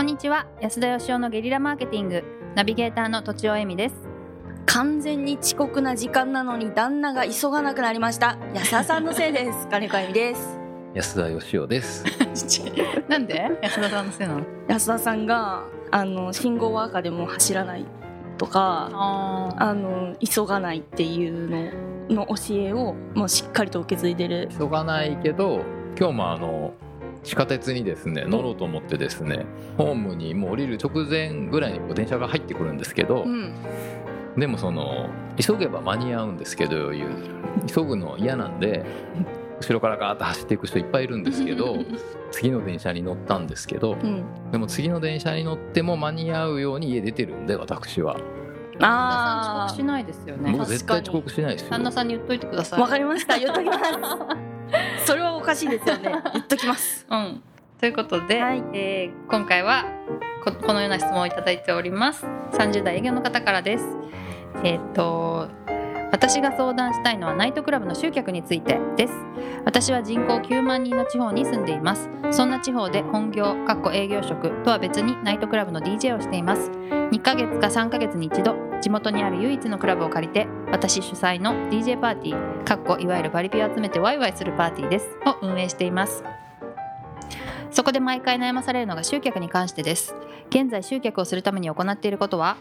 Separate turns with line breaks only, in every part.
んにちは安田義生のゲリラマーケティングナビゲーターの土地尾恵美です
完全に遅刻な時間なのに旦那が急がなくなりました安田さんのせいで す金子あゆみです
安田義雄です。
なんで安田さんのせいなの
安田さんがあの信号は赤でも走らないとか
あ
あの急がないっていうのの教えをもうしっかりと受け継いでる
急がないけど、今日もあの地下鉄にですね乗ろうと思ってですね、ホームにもう降りる直前ぐらいにこう電車が入ってくるんですけど、
ん
でもその急げば間に合うんですけど余裕急ぐの嫌なんで。後ろからガーッと走っていく人いっぱいいるんですけど次の電車に乗ったんですけど
うん
でも次の電車に乗っても間に合うように家出てるんで私は
あ
あ
遅刻しないですよね
僕絶対遅刻しないですよ
旦那さんに言っといてください
あわかりました言っときます それはおかしいですよね言っときます
うんということで、
はい
えー今回はここのような質問をいただいております30代営業の方からですえーっと私が相談したいのはナイトクラブの集客についてです私は人口9万人の地方に住んでいますそんな地方で本業かっこ営業職とは別にナイトクラブの DJ をしています2ヶ月か3ヶ月に一度地元にある唯一のクラブを借りて私主催の DJ パーティーかっこいわゆるバリピを集めてワイワイするパーティーですを運営していますそこで毎回悩まされるのが集客に関してです現在集客をするために行っていることは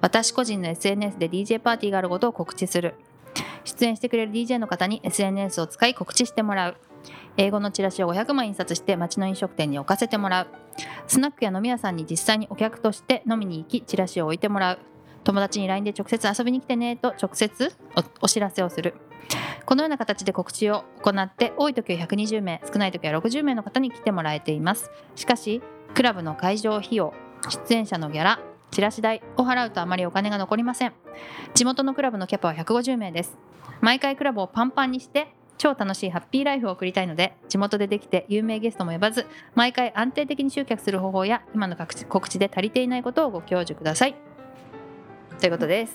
私個人の SNS で DJ パーティーがあることを告知する出演してくれる DJ の方に SNS を使い告知してもらう英語のチラシを500枚印刷して街の飲食店に置かせてもらうスナックや飲み屋さんに実際にお客として飲みに行きチラシを置いてもらう友達に LINE で直接遊びに来てねと直接おお知らせをするこのような形で告知を行って多い時は120名少ない時は60名の方に来てもらえていますしかしクラブの会場費用出演者のギャラチラシ代を払うとあまりお金が残りません地元のクラブのキャパは150名です毎回クラブをパンパンにして超楽しいハッピーライフを送りたいので地元でできて有名ゲストも呼ばず毎回安定的に集客する方法や今の告知告知で足りていないことをご教授くださいということです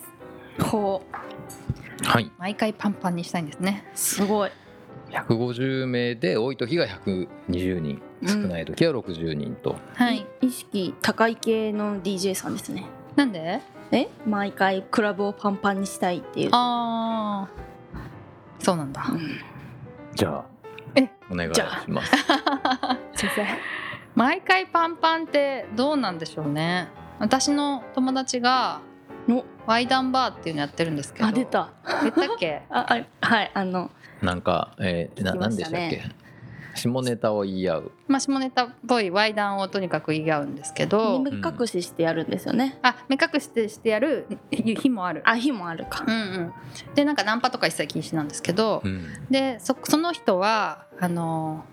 ほ
はい
毎回パンパンにしたいんですね
うすごい
150名で多い時が120人少ない時は60人と、
はい
意識高い系の DJ さんですね
なんで
え毎回クラブをパンパンにしたいっていう
ああそうなんだ
じゃあ
え
お願い
じ
し
ゃあ
ます
先生
毎回パンパンってどうなんでしょうね私の友達が
お
ワイダンバーっていうのやってるんですけど
あ出た
出たっ け
ああはいあの
なんか、えー、な
聞きま
何
し
で
た
したっ
ね
け下ネタを言い合う
まあ下ネタっぽいワイダンをとにかく言い合うんですけど
目隠ししてやるんですよね、
あ目隠してしてやる日もある
あ日もあるか
うんうんでなんかナンパとか一切禁止なんですけど、でそその人はあの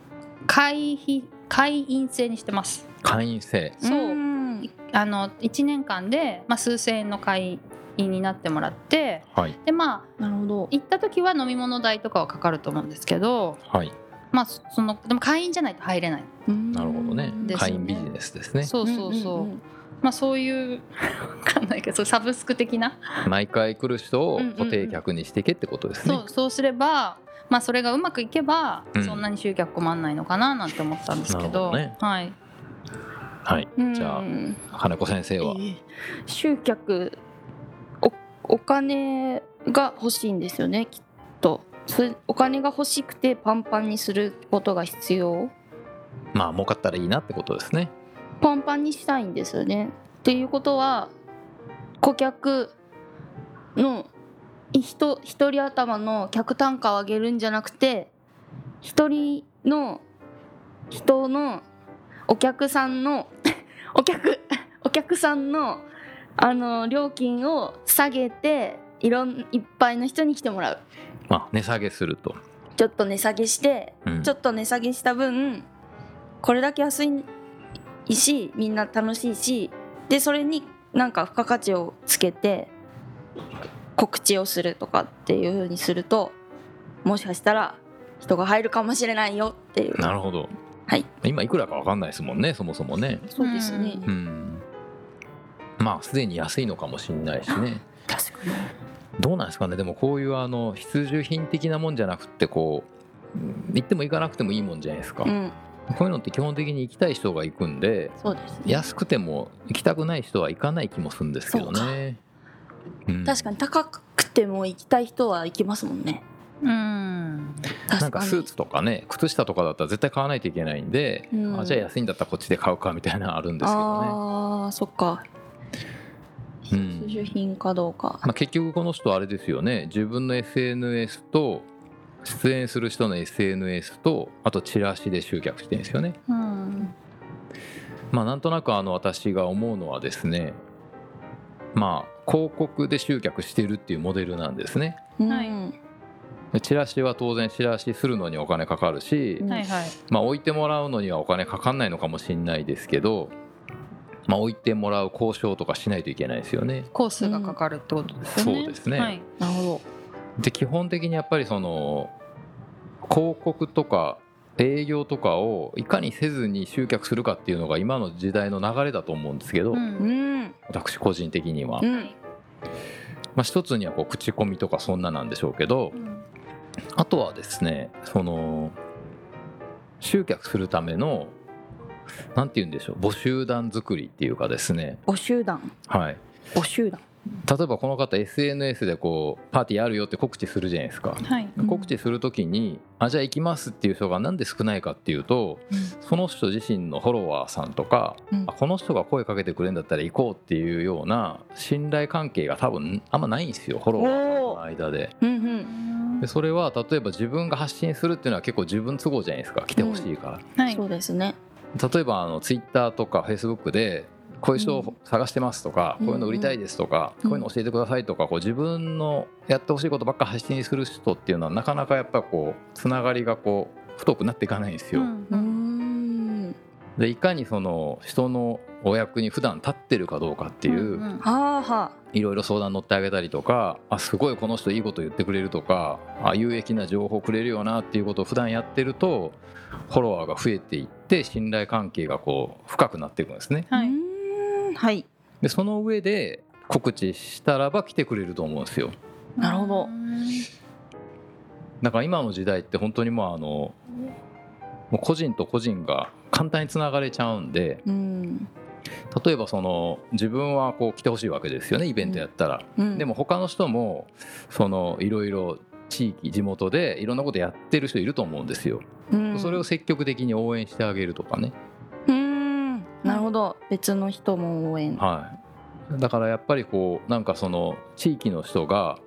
会費会員制にしてます
会員制
そう
うん
あの1年間で、まあ、数千円の会員になってもらって
はい
でまあ
なるほど
行った時は飲み物代とかはかかると思うんですけど、
はい
まあ、そそのでも会員じゃないと入れない、
な
な
るほどね
ですよね
会員ビジネスですね
そうそうそう,、まあ、そういう わかんないけどそうサブスク的な、
毎回来る人を
うんうんうん
固定客にしていけってことですね、
そうそうすれば、まあ、それがうまくいけば、
うん
そんなに集客困んないのかななんて思ったんですけ
なる
ど
ほどね
はい、
はいじゃあ金子先生は、
集客おお金が欲しいんですよねきっとそれお金が欲しくてパンパンにすることが必要
まあ儲かったらいいなってことですね
パンパンにしたいんですよね。っていうことは顧客の人一人頭の客単価を上げるんじゃなくて一人の人のお客さんの お客お客さんのあの料金を下げていろんいっぱいの人に来てもらう
まあ値下げすると、
ちょっと値下げして
うん
ちょっと値下げした分これだけ安いしみんな楽しいしでそれになんか付加価値をつけて告知をするとかっていう風にするともしかしたら人が入るかもしれないよっていう
なるほど、
はい、
今いくらかわかんないですもんねそもそもね
そうですね
うん
うんまあすでに安いのかもしれないしね
確かに
どうなんですかねでもこういうあの必需品的なもんじゃなくってこううん行っても行かなくてもいいもんじゃないですか、
うん
こういうのって基本的に行きたい人が行くんで
そうですね
安くても行きたくない人は行かない気もするんですけどね。うん
確かに高くても行きたい人は行きますもんね
うん
確かに
なんかスーツとかね靴下とかだったら絶対買わないといけないんで、
うん
あじゃあ安いんだったらこっちで買うかみたいなのあるんですけどね。
ああそっか
うん
必需品かどうか、
まあ、結局この人あれですよね自分の SNS と出演する人の SNS とあとチラシで集客してるんですよね。
うん
まあ、なんとなくあの私が思うのはですねまあ広告で集客してるっていうモデルなんですね。
うん
はい
でチラシは当然チラシするのにお金かかるし、
はいはい
まあ、置いてもらうのにはお金かかんないのかもしれないですけど、まあ、置いてもらう交渉とかしないといけないですよね。
コースがかかるってことですよね、
そうですね
はい、
なるほど
で基本的にやっぱりその広告とか営業とかをいかにせずに集客するかっていうのが今の時代の流れだと思うんですけど、
うん
うん
私個人的には、
う
ま
ん
あ、一つにはこう口コミとかそんななんでしょうけどあとはですねその集客するためのなんて言うんでしょう募集団作りっていうかですね、
募集団
はい、
募集団
例えばこの方 SNS でこうパーティーあるよって告知するじゃないですか。
はい
うん
告知するときに、あじゃあ行きますっていう人がなんで少ないかっていうと、その人自身のフォロワーさんとか、
うん
あこの人が声かけてくれるんだったら行こうっていうような信頼関係が多分あんまないんですよフォロワーさんの間で
うんうん
でそれは例えば自分が発信するっていうのは結構自分都合じゃないですか来てほしいから、
はい
そうですね
例えばあのツイッターとかフェイスブックでこういう人を探してますとか、
うん
こういうの売りたいですとか、
うん
こういうの教えてくださいとかこう自分のやってほしいことばっか発信する人っていうのはなかなかやっぱこうつながりがこう太くなっていかないんですよ。
うん
うーん
でいかにその人のお役に普段立ってるかどうかってい
ん
うん
はあは
いろいろ相談乗ってあげたりとかあすごいこの人いいこと言ってくれるとかあ有益な情報くれるよなっていうことを普段やってるとフォロワーが増えていって信頼関係がこう深くなっていくんですね。
あ
はいう
ーんはい
でその上で告知したらば来てくれると思うんですよ
なるほど
だから今の時代って本当にもうあのもう個人と個人が簡単につながれちゃうんで
うん
例えばその自分はこう来てほしいわけですよねイベントやったら、
うん
でも他の人もそのいろいろ地域地元でいろんなことやってる人いると思うんですよ、
うん
それを積極的に応援してあげるとかね
うーんなるほど別の人も応援
はい、だからやっぱりこうなんかその地域の人が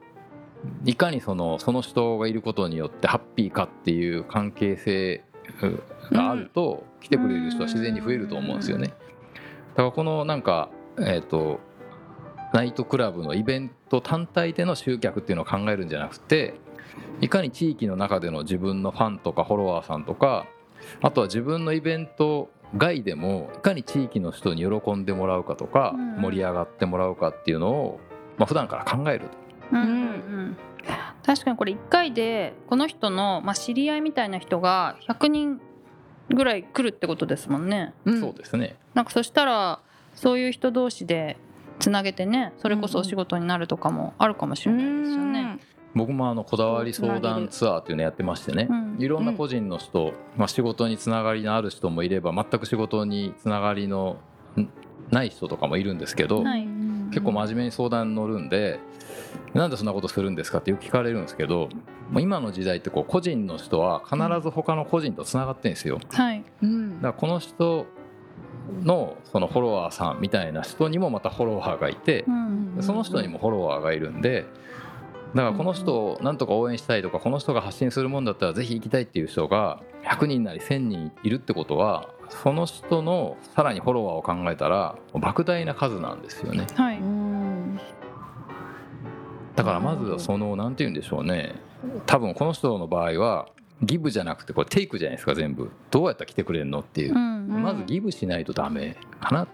いかにそのその人がいることによってハッピーかっていう関係性うがあると、来てくれる人は自然に増えると思うんですよね。だからこのなんか、えー、とナイトクラブのイベント単体での集客っていうのを考えるんじゃなくていかに地域の中での自分のファンとかフォロワーさんとかあとは自分のイベント外でもいかに地域の人に喜んでもらうかとか
うんうん
盛り上がってもらうかっていうのを、まあ普段から考える
うんうんうん確かにこれ1回でこの人の、まあ、知り合いみたいな人が100人ぐらい来るってことですもんね。
と、
ん
そうですね
なんかそしたらそういう人同士でつなげてねそれこそお仕事になるとかもあるかもしれないですよね。
僕もあのこだわり相談ツアーっていうのやってましてね、
うん
いろんな個人の人、まあ、仕事につながりのある人もいれば全く仕事につながりのんない人とかもいるんですけど、
うん
はい
うん
結構真面目に相談に乗るんで、なんでそんなことするんですかってよく聞かれるんですけどもう今の時代ってこう個人の人は必ず他の個人とつながってるんですよ。
はい、
うん
だからこの人のそのフォロワーさんみたいな人にもまたフォロワーがいて
う、ん
うん
その人にもフォロワーがいるんでだからこの人をなんとか応援したいとかこの人が発信するもんだったらぜひ行きたいっていう人が100人なり1000人いるってことはその人のさらにフォロワーを考えたら莫大な数なんですよね
は
う
い
ん
だからまずはその何て言うんでしょうね多分この人の場合はギブじゃなくてこれテイクじゃないですか全部どうやったら来てくれるのっていうう、
ん
まずギブしないとダメかな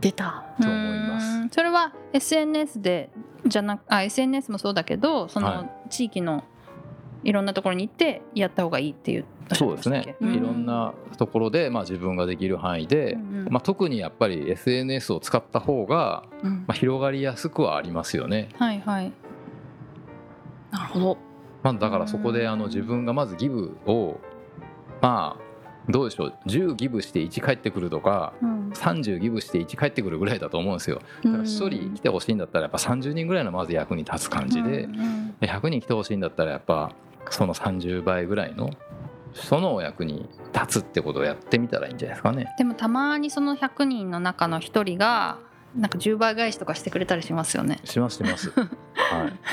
出た
と思います
うんそれは SNS でじゃなくあ SNS もそうだけどそ
は
の地域のいろんなところに行ってやった方がいいっていう
そうですね、
うん
いろんなところで、まあ、自分ができる範囲で、
うんうん
まあ、特にやっぱり SNS を使った方が、
うん
まあ、広がりやすくはありますよね、
はいはい
なるほど
まあ、だからそこであの自分がまずギブをまあどうでしょう10ギブして1返ってくるとか30ギブして1返ってくるぐらいだと思うんですよだから1人来てほしいんだったらやっぱ30人ぐらいのまず役に立つ感じでで100人来てほしいんだったらやっぱその30倍ぐらいの人のお役に立つってことをやってみたらいいんじゃないですかね。
でもたまにその100人の中の1人がなんか10倍返しとかしてくれたりしますよね
しますし ます。は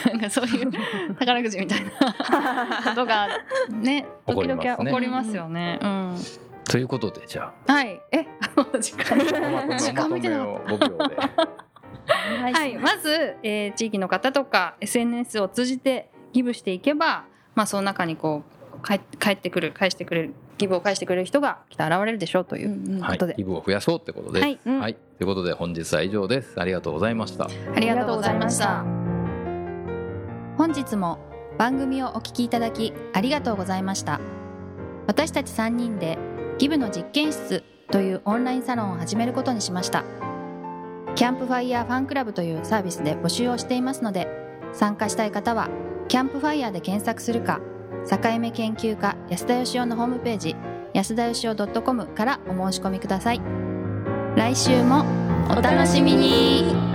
い、
なんかそう いう宝くじみたいなことが ね
起こ
時々
りますね
起こりますよね、うん、
ということでじゃ
はいえ あの時間
あ
時間見てなかった
まとめを5秒で。
はい、まず、えー地域の方とか SNS を通じてギブしていけば、まあ、その中にこう返返ってくる返してくれるギブを返してくれる人がきっと現れるでしょうというう、
んうん
は
ということで
い、ギブを増やそうってことで、
は
はいい、
うん
ということで本日は以上です。ありがとうございました。
ありがとうございました
本日も番組をお聞きいただきありがとうございました私たち3人でギブの実験室というオンラインサロンを始めることにしましたキャンプファイヤーファンクラブというサービスで募集をしていますので参加したい方はキャンプファイヤーで検索するか境目研究家安田義雄のホームページ安田義雄 .com からお申し込みください来週もお楽しみに